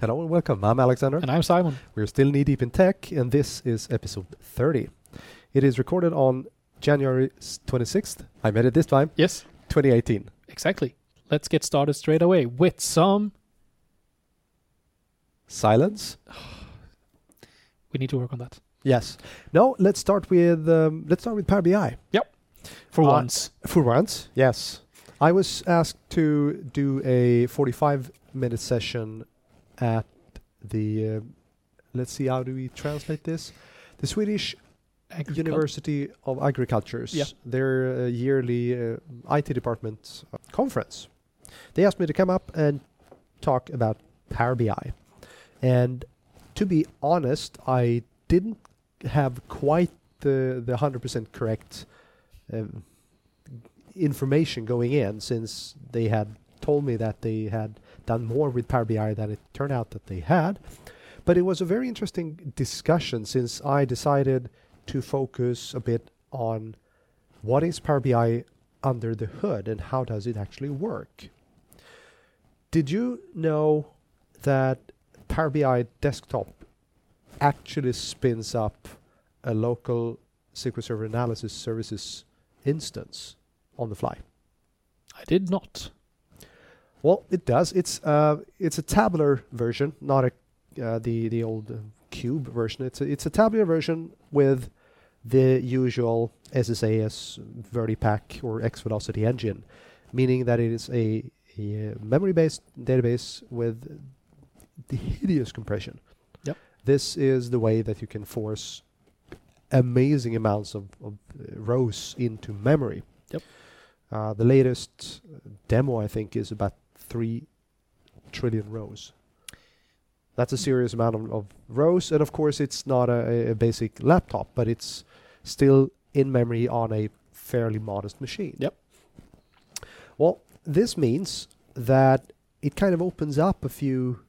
Hello and welcome. I'm Alexander. And I'm Simon. We're still knee deep in tech, and this is episode 30. It is recorded on January s- 26th. I made it this time, Yes, 2018. exactly. Let's get started straight away with some. Silence? We need to work on that Yes. No, let's start with um, let's start with Power BI. for Uh, once. For once, yes. I was asked to do a 45 minute session at the uh, let's see how do we translate this? The Swedish Agriculture. University of Agriculture's Yeah. their uh, yearly uh, IT department uh, conference. They asked me to come up and talk about Power BI. And to be honest, I didn't have quite the the 100% correct um, information going in since they had told me that they had done more with Power BI than it turned out that they had. But it was a very interesting discussion since I decided to focus a bit on what is Power BI under the hood and how does it actually work. Did you know that Power BI desktop actually spins up a local SQL Server Analysis Services instance on the fly? I did not. Well, it does. It's uh, it's a tabular version, not a uh, the the old uh, cube version. It's a, it's a tabular version with the usual SSAS Vertipack or X Velocity engine, meaning that it is a, a uh, memory-based database with the hideous compression. Yep. This is the way that you can force amazing amounts of, of uh, rows into memory. Yep. Uh, the latest demo I think is about three trillion rows. That's a serious amount of, of rows, and of course it's not a, a basic laptop, but it's still in memory on a fairly modest machine. Yep. Well, this means that it kind of opens up a few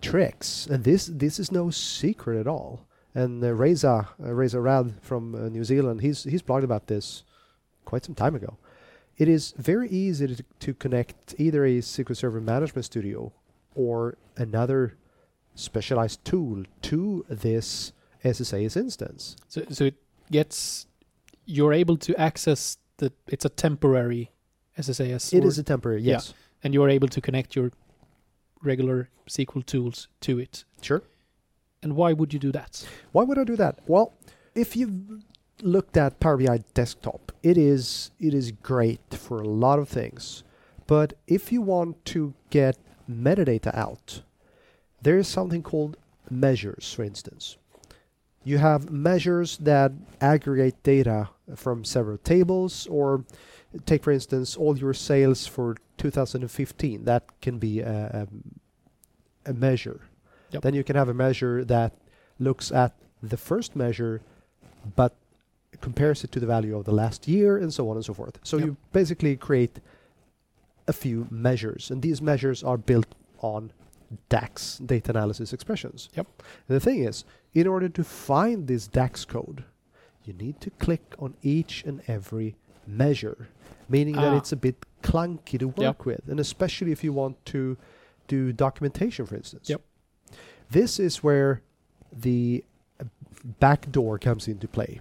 tricks, and this this is no secret at all. And uh, Reza uh, Reza Rad from uh, New Zealand, he's he's blogged about this quite some time ago. It is very easy to, to connect either a SQL Server Management Studio or another specialized tool to this SSAS instance. So, so it gets. You're able to access the. It's a temporary SSAS. It or- is a temporary, Yeah. yes. and you're able to connect your regular SQL tools to it. Sure. And why would you do that? Why would I do that? Well, if you've looked at Power BI Desktop, it is it is great for a lot of things. But if you want to get metadata out, there is something called measures, for instance. You have measures that aggregate data from several tables, or take, for instance, all your sales for 2015. That can be a, a, a measure. Yep. Then you can have a measure that looks at the first measure but compares it to the value of the last year and so on and so forth. So Yep. you basically create a few measures, and these measures are built on DAX data analysis expressions. Yep. And the thing is, in order to find this DAX code, you need to click on each and every measure, meaning that Ah. it's a bit clunky to work Yep. with, and especially if you want to do documentation, for instance. Yep. This is where the uh, backdoor comes into play.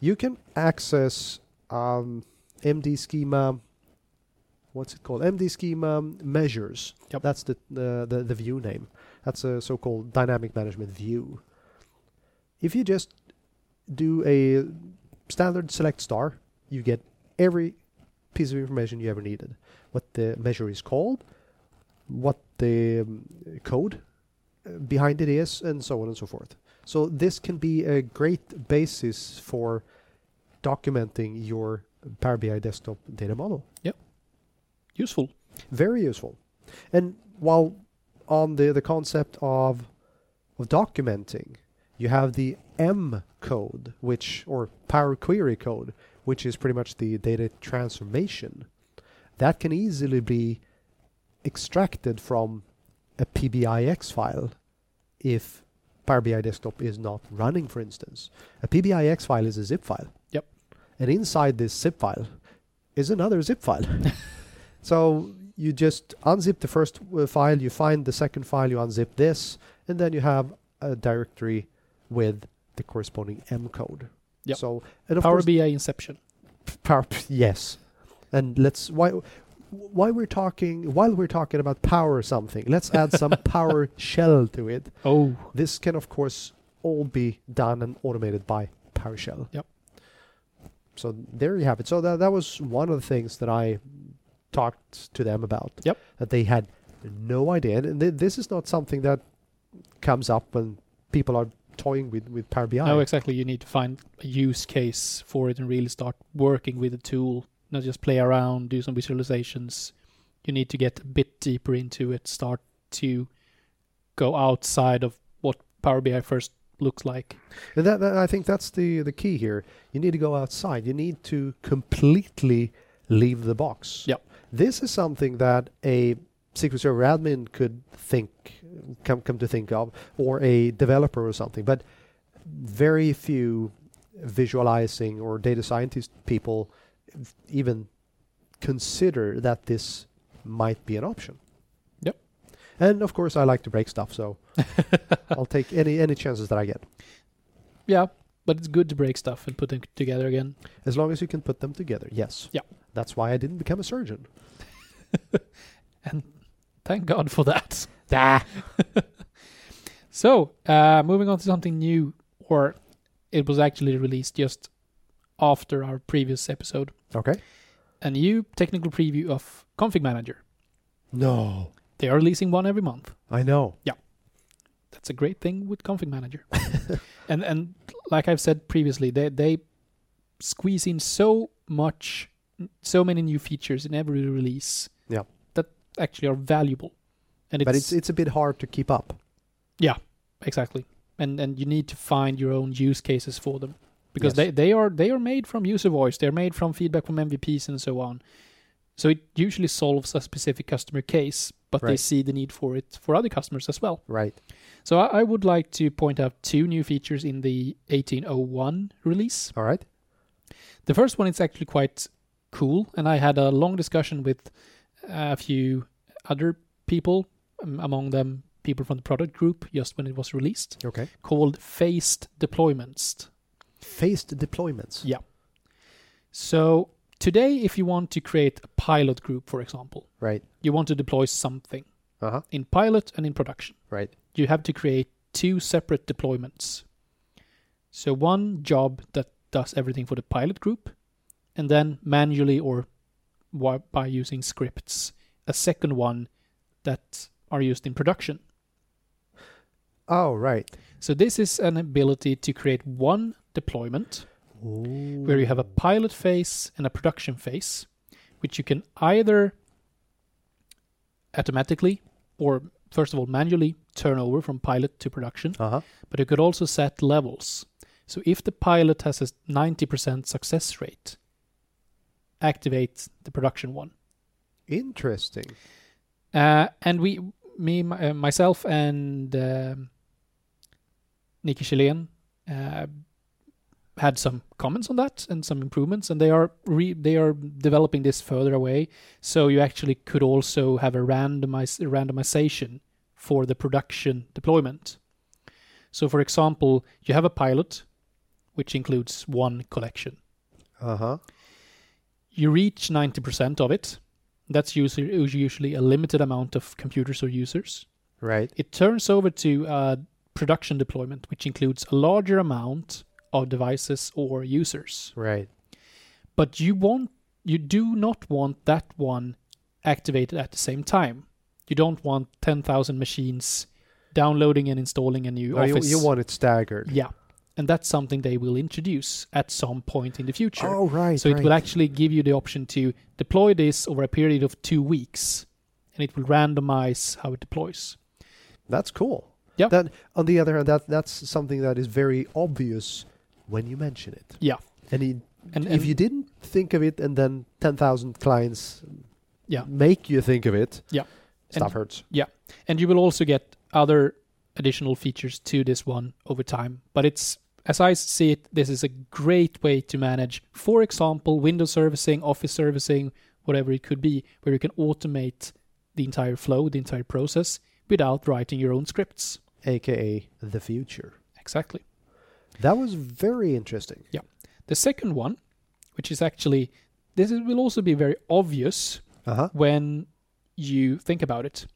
You can access um, MD schema. What's it called? MD schema measures. Yep. That's the, the the the view name. That's a so-called dynamic management view. If you just do a standard select star, you get every piece of information you ever needed. What the measure is called, what the um, code uh, behind it is, and so on and so forth. So this can be a great basis for documenting your Power BI desktop data model. Useful. Very useful. And while on the, the concept of, of documenting, you have the M code, which or Power Query code, which is pretty much the data transformation. That can easily be extracted from a PBIX file if Power BI Desktop is not running, for instance. A PBIX file is a zip file. Yep. And inside this zip file is another zip file. so you just unzip the first uh, file, you find the second file, you unzip this, and then you have a directory with the corresponding M code. Yep. So and of Power course, BI Inception. Power B- yes. And let's why why we're talking while we're talking about power something, let's add some power shell to it. Oh, This can of course all be done and automated by PowerShell. Yep. So there you have it. So that that was one of the things that I talked to them about. Yep. That they had no idea, and th- this is not something that comes up when people are toying with with Power BI. no, exactly. You need to find a use case for it and really start working with the tool, not just play around, do some visualizations. You need to get a bit deeper into it, start to go outside of what Power BI first looks like. And that, that- I think that's the the key here. You need to go outside. You need to completely leave the box. Yep. This is something that a SQL Server admin could think, come come to think of, or a developer or something. But very few visualizing or data scientist people even consider that this might be an option. Yep. And of course, I like to break stuff, so I'll take any any chances that I get. Yeah, but it's good to break stuff and put them together again. As long as you can put them together, yes. Yeah. That's why I didn't become a surgeon. Thank God for that. so, uh, moving on to something new, or it was actually released just after our previous episode Okay. a new technical preview of Config Manager. No. They are releasing one every month. I know. That's a great thing with Config Manager. and and like I've said previously, they they squeeze in so much, so many new features in every release. Yeah. that actually are valuable. And it's, but it's it's a bit hard to keep up. exactly, and and you need to find your own use cases for them Yes. because they they are they are made from user voice. They're made from feedback from MVPs and so on. So it usually solves a specific customer case, but they Right. see the need for it for other customers as well. Right. So I, I would like to point out two new features in the 1801 release. All right. The first one is actually quite cool, and I had a long discussion with a few other people, um, among them people from the product group, just when it was released, Okay. called phased deployments. Phased deployments. Yeah. So today, if you want to create a pilot group, for example, Right. you want to deploy something Uh huh. in pilot and in production. Right. you have to create two separate deployments. So one job that does everything for the pilot group, and then manually or wi- by using scripts, a second one that are used in production. Oh, right. So this is an ability to create one deployment where you have a pilot phase and a production phase, which you can either automatically or first of all manually turn over from pilot to production Uh huh. but you could also set levels. So if the pilot has a 90% success rate, activate the production one. Interesting. Uh, and we, me, my, uh, myself, and um Nikki Chilean uh, had some comments on that and some improvements, and they are re- they are developing this further away. So you actually could also have a randomize randomization for the production deployment. So, for example, you have a pilot, which includes one collection Uh huh. you reach 90% of it. That's usu- usually a limited amount of computers or users. Right. It turns over to uh, production deployment, which includes a larger amount of devices or users. Right. But you want, you do not want that one activated at the same time. You don't want 10,000 machines downloading and installing a new No, Oh, you, office. you want it staggered. yeah, and that's something they will introduce at some point in the future. Oh, right. So it right. will actually give you the option to deploy this over a period of two weeks, and it will randomize how it deploys. That's cool. Yeah. That on the other hand, that that's something that is very obvious when you mention it. Yeah, And it and, if and you didn't think of it and then 10,000 clients Yeah. make you think of it, Yeah. stuff And- hurts. and you will also get other additional features to this one over time. But it's as I see it, this is a great way to manage, for example, Windows servicing, Office servicing, whatever it could be, where you can automate the entire flow, the entire process, without writing your own scripts. aka the future. Exactly. That was very interesting. The second one, which is actually, this is- will also be very obvious Uh huh. when you think about it.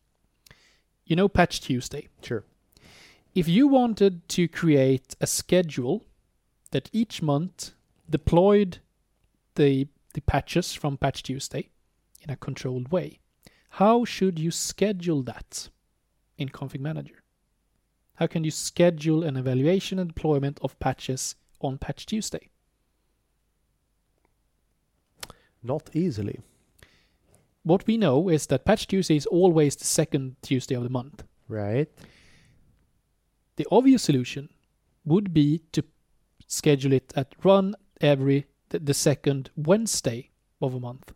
You know, Patch Tuesday. Sure. If you wanted to create a schedule that each month deployed the the patches from Patch Tuesday in a controlled way, how should you schedule that in Config Manager? How can you schedule an evaluation and deployment of patches on Patch Tuesday? Not easily. What we know is that Patch Tuesday is always the second Tuesday of the month. Right. the obvious solution would be to schedule it at run every the, the second Wednesday of a month.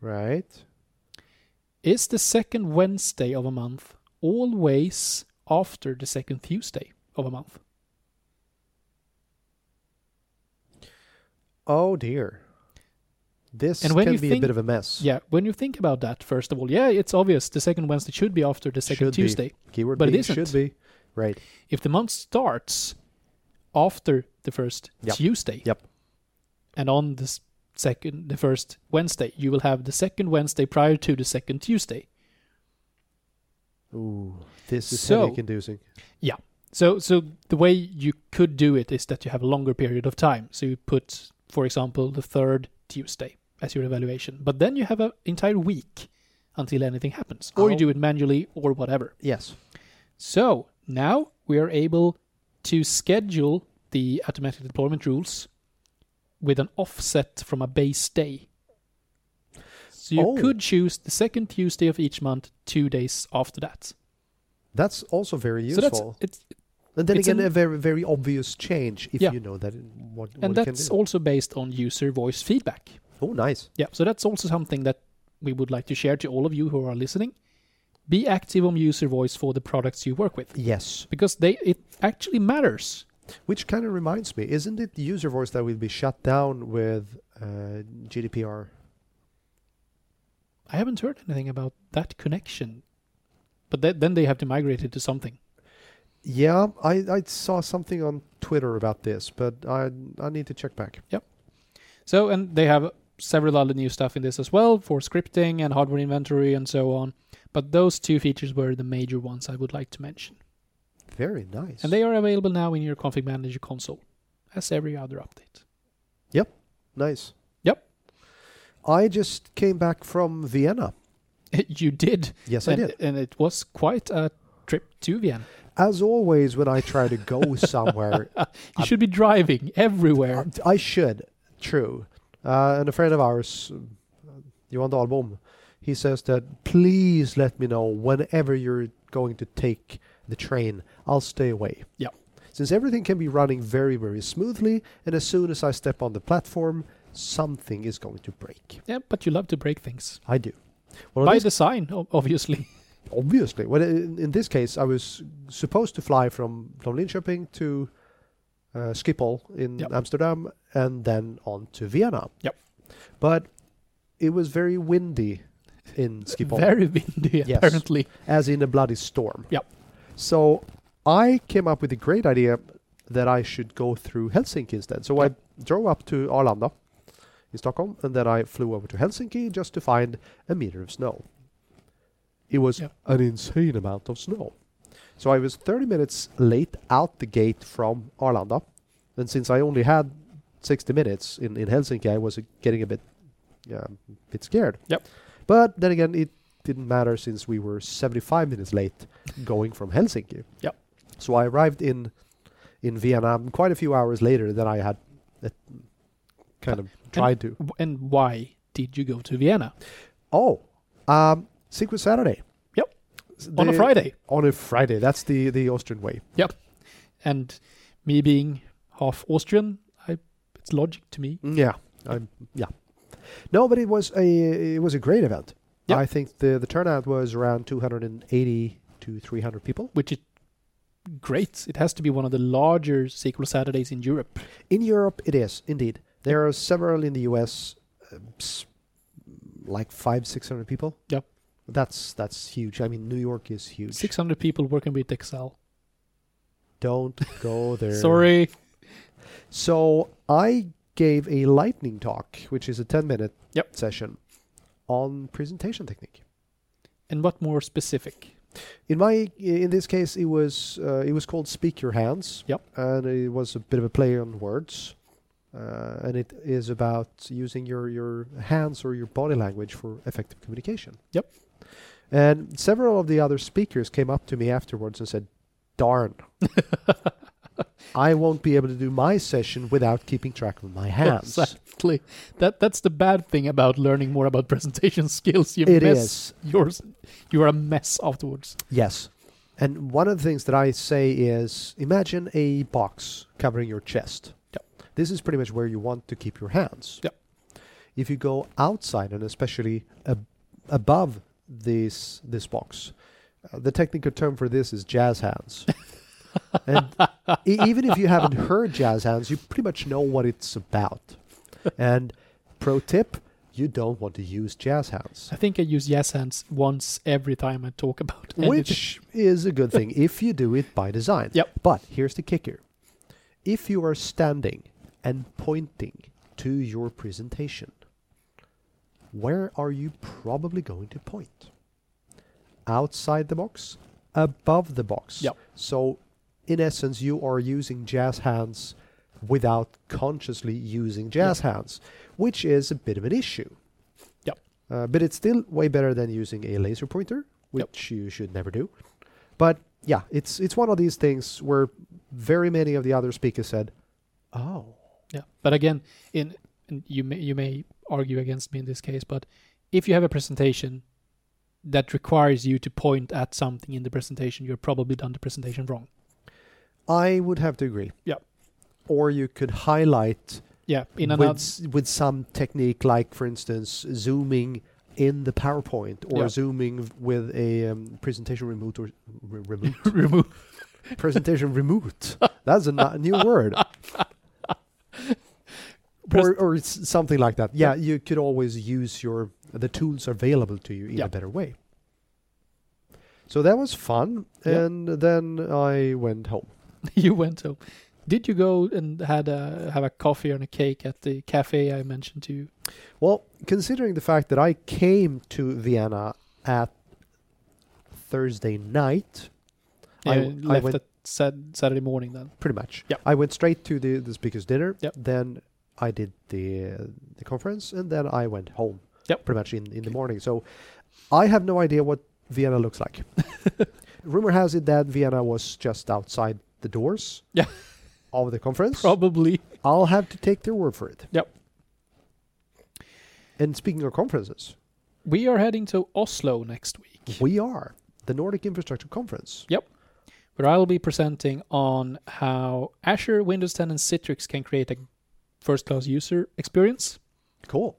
Right. Is the second Wednesday of a month always after the second Tuesday of a month? Oh dear. This And when can you be a think- bit of a mess. Yeah, when you think about that, first of all, yeah, it's obvious the second Wednesday should be after the second Should be. Tuesday. Keyword But it being isn't. should be. Right. If the month starts after the first Yep. Tuesday, Yep. and on the s- second, the first Wednesday, you will have the second Wednesday prior to the second Tuesday. Ooh. This is So- headache inducing. So, so the way you could do it is that you have a longer period of time. So you put, for example, the third Tuesday as your evaluation, but then you have an entire week until anything happens, or you Oh. do it manually or whatever. Yes. So now we are able to schedule the automatic deployment rules with an offset from a base day. So you Oh. could choose the second Tuesday of each month, two days after that. That's also very useful. So that's it's, and then it's again, an- a very very obvious change if Yeah. you know that it- what, what and it can that's do. also based on user voice feedback. oh, nice. Yeah, so that's also something that we would like to share to all of you who are listening. Be active on user voice for the products you work with Yes. because they it actually matters. Which kind of reminds me, isn't it user voice that will be shut down with uh, GDPR? I haven't heard anything about that connection, but that, then they have to migrate it to something. Yeah, I, I saw something on Twitter about this, but I I need to check back. So and they have several other new stuff in this as well for scripting and hardware inventory and so on. But those two features were the major ones I would like to mention, Very nice. and they are available now in your config manager console, as every other update. nice. Yep. I just came back from Vienna. you did. Yes, I and, did. and it was quite a trip to Vienna. As always, when I try to go somewhere, You Uh, should be driving everywhere. I should. True. Uh, and a friend of ours, uh, Johan Dahlbom, he says that please let me know whenever you're going to take the train. I'll stay away. Yeah. Since everything can be running very, very smoothly, and as soon as I step on the platform, something is going to break. yeah, but you love to break things. I do. Well, in By this- design, o- obviously. obviously. Well, in, in this case, I was supposed to fly from from Linköping to uh, Schiphol in Yep. Amsterdam and then on to Vienna. Yep. But it was very windy in Schiphol, Very windy, Yes. apparently. as in a bloody storm. Yep. So I came up with a great idea that I should go through Helsinki instead. So Yep. I drove up to Arlanda in Stockholm and then I flew over to Helsinki just to find a meter of snow. It was Yep. an insane amount of snow. So I was 30 minutes late out the gate from Arlanda. And since I only had 60 minutes in, in Helsinki, I was uh, getting a bit, yeah, a bit scared. Yep. But then again, it didn't matter since we were 75 minutes late going from Helsinki. Yep. So I arrived in in Vienna quite a few hours later than I had uh, kind of tried to. W- And why did you go to Vienna? Oh, um, Secret Saturday. Yep. S- On a the- Friday. On a Friday. That's the, the Austrian way. And me being half Austrian, I, it's logic to me. Yeah, I'm, yeah. No, but it was a it was a great event. Yeah. I think the the turnout was around 280 to 300 people Which is great. It has to be one of the larger SQL Saturdays in Europe. in Europe. It is indeed. There are several in the U.S. uh, s- like five, six hundred people. Yep. That's that's huge. I mean, New York is huge. 600 people working with Excel. Don't go there. Sorry. So I gave a lightning talk, which is a ten-minute Yep. session on presentation technique. And what more specific? In my in this case, it was uh, it was called "Speak Your Hands." Yep. and it was a bit of a play on words, uh, and it is about using your your hands or your body language for effective communication. Yep. And several of the other speakers came up to me afterwards and said, "Darn, I won't be able to do my session without keeping track of my hands." Exactly. That that's the bad thing about learning more about presentation skills. You It mess yours you're a mess afterwards. Yes. And one of the things that I say is imagine a box covering your chest. Yep. This is pretty much where you want to keep your hands. Yep. If you go outside and especially ab- above this this box, uh, the technical term for this is jazz hands. and e- even if you haven't heard jazz hands, you pretty much know what it's about. And pro tip, you don't want to use jazz hands. I think I use yes hands once every time I talk about anything. Which is a good thing if you do it by design. Yep. But here's the kicker if you are standing and pointing to your presentation, where are you probably going to point? Outside the box, above the box. Yep. So, in essence, you are using jazz hands without consciously using jazz hands, which is a bit of an issue. Yep. Uh, but it's still way better than using a laser pointer, Yep. which you should never do. But yeah, it's it's one of these things where very many of the other speakers said, "Oh, Yeah, but again, in, in you may you may argue against me in this case, but if you have a presentation that requires you to point at something in the presentation, you've probably done the presentation wrong. I would have to agree." Yep. Or you could highlight Yeah, in with, another s- with some technique, like for instance, zooming in the PowerPoint or Yeah. zooming v- with a um, presentation remote or re- remote remove. presentation remote. That's a n- new word. Pres- or, or it's something like that. Yeah, you could always use your the tools available to you in Yeah. a better way. So that was fun, Yeah. and then I went home. you went home. Did you go and had a have a coffee and a cake at the cafe I mentioned to you? Well, considering the fact that I came to Vienna at Thursday night, I Yeah, w- I left went- at sad, Saturday morning then. pretty much. Yep. I went straight to the, the speaker's dinner. Yep. Then I did the uh, the conference, and then I went home. Yep. Pretty much in, in the morning. So I have no idea what Vienna looks like. Rumor has it that Vienna was just outside the doors. Yeah. Of the conference. Probably. I'll have to take their word for it. Yep. And speaking of conferences, We are heading to Oslo next week. we are the Nordic Infrastructure Conference. where I'll be presenting on how Azure, Windows 10, and Citrix can create a first class user experience Cool.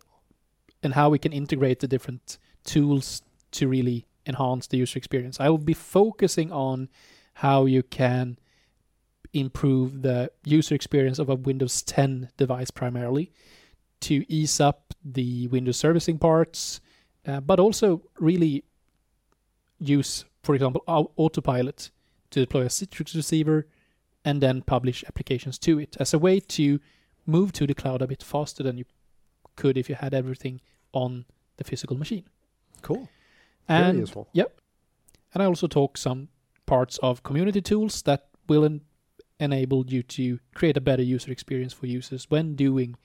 and how we can integrate the different tools to really enhance the user experience. I will be focusing on how you can improve the user experience of a Windows 10 device primarily to ease up the Windows servicing parts, uh, but also really use, for example, au- Autopilot to deploy a Citrix receiver and then publish applications to it as a way to move to the cloud a bit faster than you could if you had everything on the physical machine. Cool. Very And useful. and I also talk some parts of community tools that will en- enable you to create a better user experience for users when doing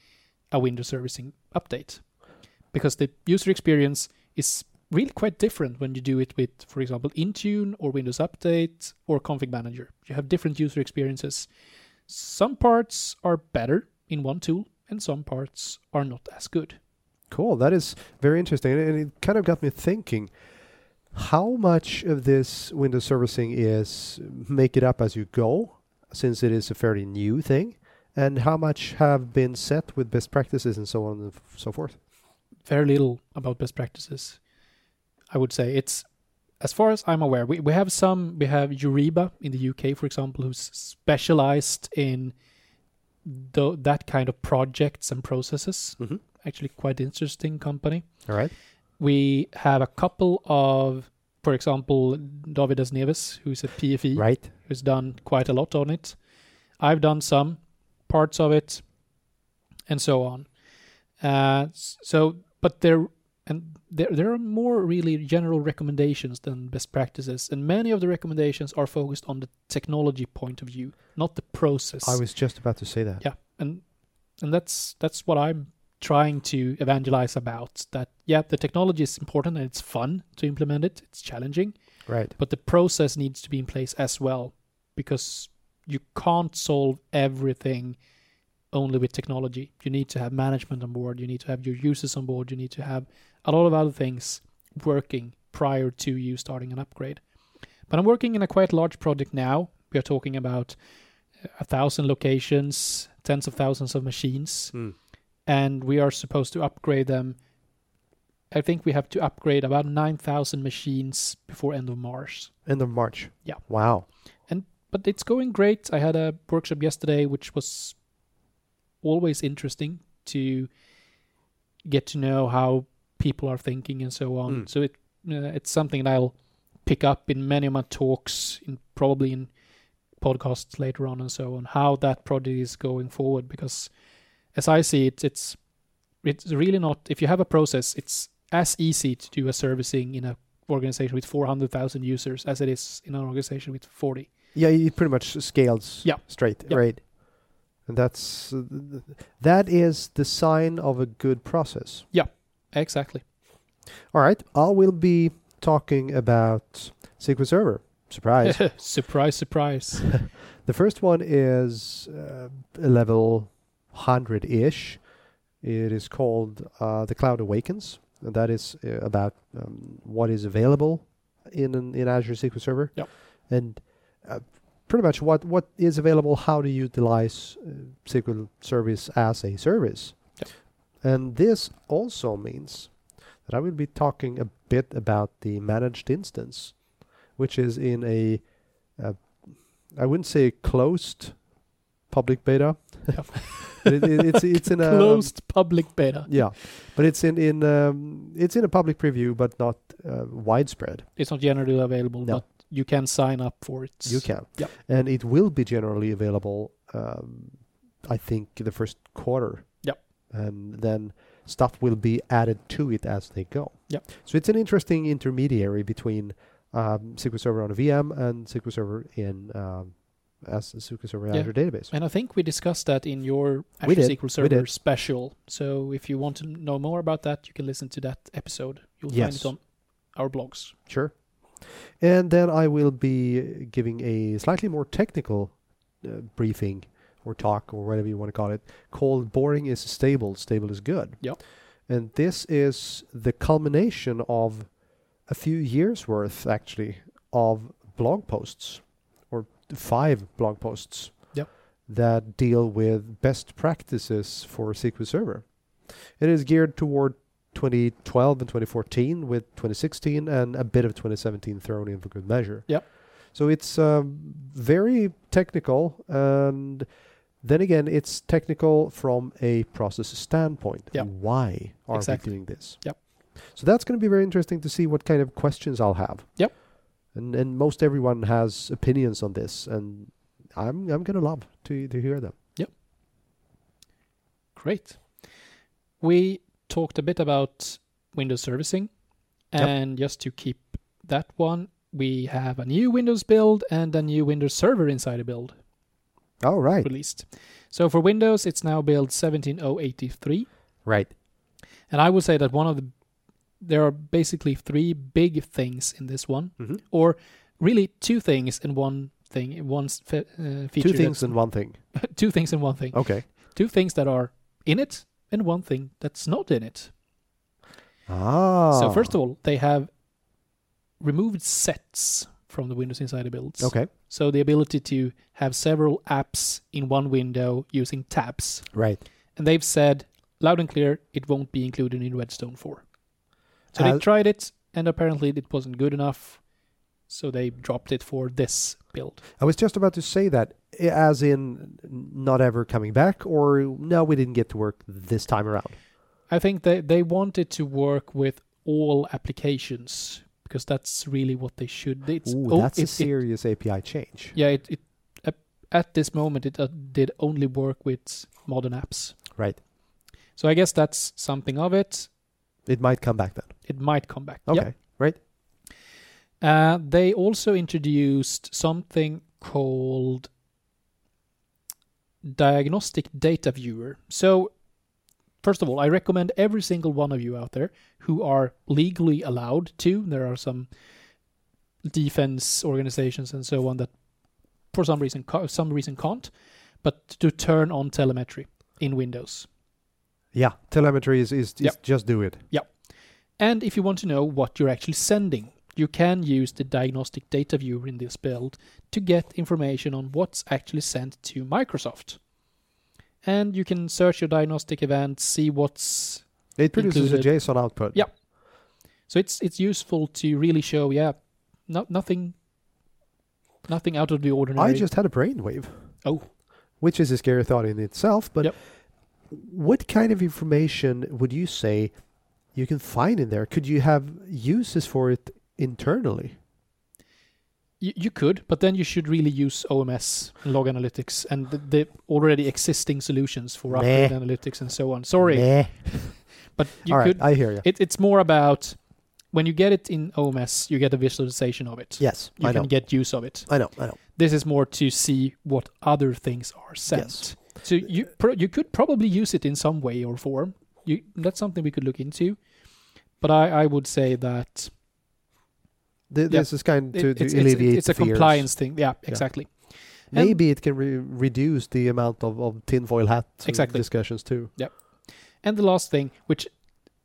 a Windows servicing update. Because the user experience is really quite different when you do it with, for example, Intune or Windows Update or Config Manager. You have different user experiences. Some parts are better in one tool, and some parts are not as good. Cool. That is very interesting. And it kind of got me thinking how much of this Windows servicing is make it up as you go, since it is a fairly new thing, and how much have been set with best practices and so on and f- so forth. very little about best practices. I would say it's as far as I'm aware, we, we have some we have Eureba in the UK, for example, who's specialized in tho- that kind of projects and processes. Mhm. Actually quite interesting company. All right. we have a couple of, for example, Davidas Neves, who's a E. PFE, right? who's done quite a lot on it. I've done some parts of it, and so on. Uh, s- so, but there and there there are more really general recommendations than best practices, and many of the recommendations are focused on the technology point of view, not the process. I was just about to say that. yeah, and and that's that's what I'm trying to evangelize about. That yeah, the technology is important and it's fun to implement it. It's challenging, Right. but the process needs to be in place as well because you can't solve everything only with technology you need to have management on board you need to have your users on board you need to have a lot of other things working prior to you starting an upgrade but i'm working in a quite large project now we are talking about uh, a thousand locations tens of thousands of machines Hmm. and we are supposed to upgrade them i think we have to upgrade about 9000 machines before end of march End of March. Yeah. Wow. but it's going great. I had a workshop yesterday, which was always interesting to get to know how people are thinking and so on. Mm. So it uh, it's something that I'll pick up in many of my talks, in probably in podcasts later on and so on, how that project is going forward. Because as I see it, it's it's really not. If you have a process, it's as easy to do a servicing in a organization with 400,000 users as it is in an organization with 40. Yeah, it pretty much scales Yeah. straight, Yeah. right? And that's uh, th- th- that is the sign of a good process. Exactly. All right, I will be talking about SQL Server. Surprise. surprise, surprise. Um, The first one is uh, a level 100 ish. It is called uh, The Cloud Awakens, and that is uh, about um, what is available in, an, in Azure SQL Server. Yep. And uh, pretty much what, what is available, how to utilize uh, SQL Service as a service. Yep. And this also means that I will be talking a bit about the managed instance, which is in a I wouldn't say closed public beta. Yeah. But it, it- it's it's in a um, Closed public beta. Yeah, but it's in in um, it's in a public preview, but not uh, widespread. It's not generally available, No. but you can sign up for it. You can, Yeah. and it will be generally available. Um, I think the first quarter. Yeah. and then stuff will be added to it as they go. Yeah. so it's an interesting intermediary between um, SQL Server on a VM and SQL Server in um, as SQL Server Yeah. Azure database. And I think we discussed that in your We Azure did, SQL we Server did. special. So if you want to know more about that, you can listen to that episode. You'll Yes. find it on our blogs. Sure. And then I will be giving a slightly more technical uh, briefing or talk or whatever you want to call it called Boring is Stable, Stable is Good. Yep. And this is the culmination of a few years worth, actually, of blog posts or five blog posts Yep. that deal with best practices for SQL Server. It is geared toward 2012 and 2014 with 2016 and a bit of 2017 thrown in for good measure. Yep. So it's um, very technical and then again it's technical from a process standpoint. Yep. Why are Exactly. we doing this? Yep. So that's going to be very interesting to see what kind of questions I'll have. Yep. And and most everyone has opinions on this and I'm I'm going to love to to hear them. Great. We talked a bit about Windows servicing. Yep. And just to keep that one, we have a new Windows build and a new Windows Server Insider build. All Oh, right. released. So for Windows, it's now build 17083, Right. and I would say that one of the there are basically three big things in this one, Mhm. or really two things and one thing, one s- fe- uh, feature. Two things that's- and one thing. two things and one thing. Okay. Two things that are in it and one thing that's not in it. Ah. So first of all, they have removed sets from the Windows Insider builds. Okay. So the ability to have several apps in one window using tabs. Right. and they've said loud and clear it won't be included in Redstone 4. So Uh, they tried it, and apparently it wasn't good enough, so they dropped it for this build. I was just about to say that, i- as in n- not ever coming back, or no, we didn't get to work this time around. I think they, they wanted to work with all applications because that's really what they should. do. It's Ooh, o- that's oh, it- a it- serious API change. yeah, it, it at, at this moment it uh, did only work with modern apps. Right. So I guess that's something of it. It might come back then. It might come back. Okay. Yeah. Uh, they also introduced something called Diagnostic Data Viewer. So, first of all, I recommend every single one of you out there who are legally allowed to. There are some defense organizations and so on that, for some reason, ca- some reason can't, but to turn on telemetry in Windows. Yeah. Telemetry is, is, is Yep. just do it. And if you want to know what you're actually sending, you can use the diagnostic data viewer in this build to get information on what's actually sent to Microsoft. And you can search your diagnostic events, see what's It produces Included. a JSON output. Yep. so it's it's useful to really show, yeah, no, nothing nothing out of the ordinary. I just had a brainwave. Oh. Which is a scary thought in itself, but Yep. what kind of information would you say you can find in there? Could you have uses for it internally? you, you could, but then you should really use OMS, log analytics, and the, the already existing solutions for Meh. upgrade analytics and so on. Sorry, Meh. but you All right, could I hear you. It, it's more about when you get it in OMS, you get a visualization of it. Yes, You I can know. get use of it. I know. I know. This is more to see what other things are sent. Yes. So you pro- you could probably use it in some way or form. You, that's something we could look into. But I, I would say that Th- Yeah. This is kind it- to, to it's, it's, alleviate it's a fears. compliance thing. Yeah, exactly. And- Maybe it can re- reduce the amount of, of tinfoil hat uh, Exactly. discussions too. And the last thing, which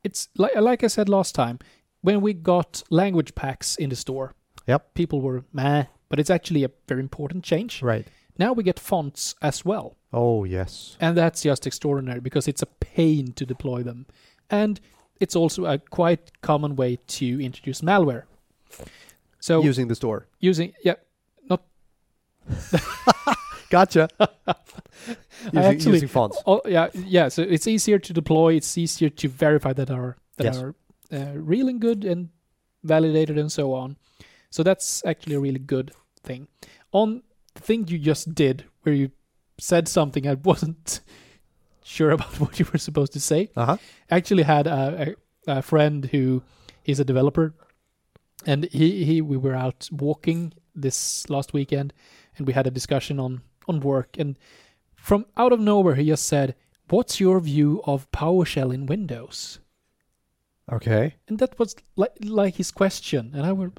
it's like like I said last time, when we got language packs in the store, Yep. people were meh, but it's actually a very important change. Right. Now we get fonts as well. Oh yes. And that's just extraordinary because it's a pain to deploy them. And it's also a quite common way to introduce malware. So Using the store. using yeah, Gotcha. using, actually- using fonts. oh, yeah, yeah. So it's easier to deploy. It's easier to verify that are that Yes. are uh, real and good and validated and so on. So that's actually a really good thing. On the thing you just did, where you said something I wasn't sure about what you were supposed to say. Uh huh. actually had a, a, a friend who is a developer, and he, he we were out walking this last weekend, and we had a discussion on on work, and from out of nowhere he just said, "What's your view of PowerShell in Windows?" Okay. And that was like like his question, and I were,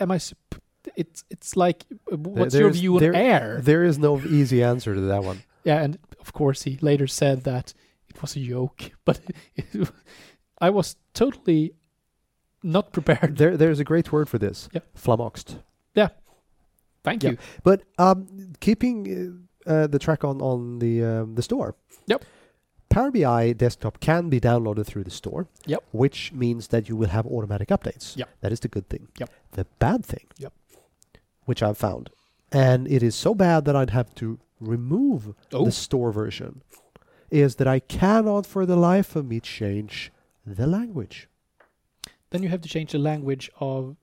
am I? sup- It's it's like, what's your there's- view on there- air? There is no easy answer to that one. Yeah, and of course he later said that it was a joke, but it, I was totally not prepared. There, there's a great word for this. Yeah. Flummoxed. Thank you. But um, keeping uh, uh, the track on on the um, the store. Yep. Power BI desktop can be downloaded through the store. Yep. Which means that you will have automatic updates. Yep. That is the good thing. Yep. The bad thing. Yep. Which I've found, and it is so bad that I'd have to remove Oh, the store version. Is that I cannot for the life of me change the language. then you have to change the language of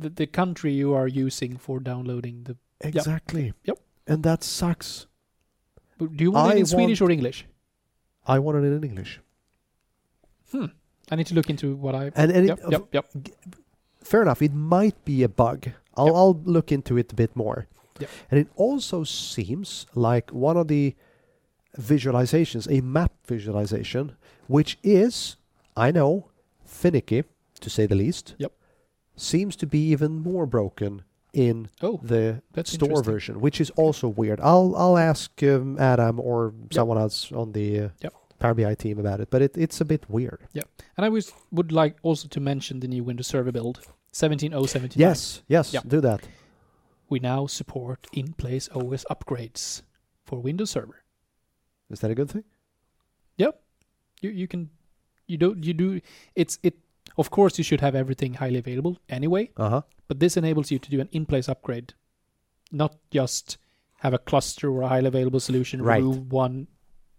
the, the country you are using for downloading the. Exactly. Yep. And that sucks. Do you want I it in want- Swedish or English? I want it in English. I need to look into what I. And, and Yep, it, yep, yep. fair enough, it might be a bug. I'll, Yep. I'll look into it a bit more. Yep. And it also seems like one of the visualizations, a map visualization, which is, I know, finicky to say the least. Yep. Seems to be even more broken in Oh, the that's store interesting. version, which is also weird. I'll I'll ask um, Adam or someone else on the uh, Yep. Power BI team about it, but it, it's a bit weird. And I was, would like also to mention the new Windows Server build 17.0.79. Yes, yes, Yeah. do that. We now support in place OS upgrades for Windows Server. Is that a good thing? you you can you don't you do it's it of course you should have everything highly available anyway Uh huh. but this enables you to do an in-place upgrade not just have a cluster or a highly available solution Right. remove one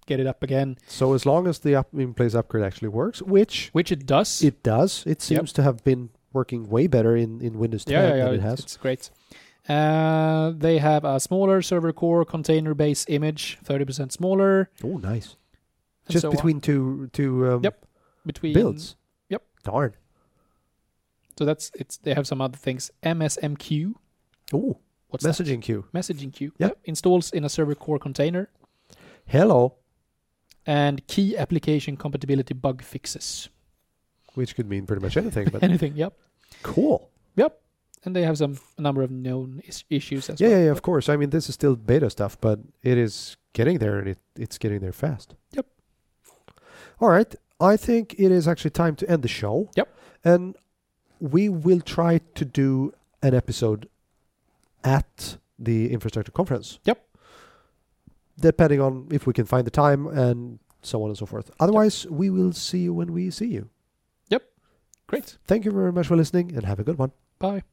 get it up again, So as long as the up in place upgrade actually works, which which it does. it does, it seems to have been working way better in, in Windows 10 yeah, yeah, yeah, than it it- has. It's great. Uh, they have a smaller server core container base image, 30% smaller. Oh, nice. and Just so on. between two two um, Yep. between builds. Yep. Darn. So that's it's. They have some other things. MSMQ. Oh, What's that? messaging queue. Messaging queue. Yeah. Installs in a server core container Hello, and key application compatibility bug fixes. which could mean pretty much anything, but Anything. Yep. cool. Yep. And they have some a number of known is- issues as Yeah, well. yeah, yeah, of course. I mean, this is still beta stuff, but it is getting there and it, it's getting there fast. Yep. All right. I think it is actually time to end the show. Yep. And we will try to do an episode at the infrastructure conference. Yep. Depending on if we can find the time and so on and so forth. Otherwise, we will see you when we see you. Great. Thank you very much for listening and have a good one. Bye.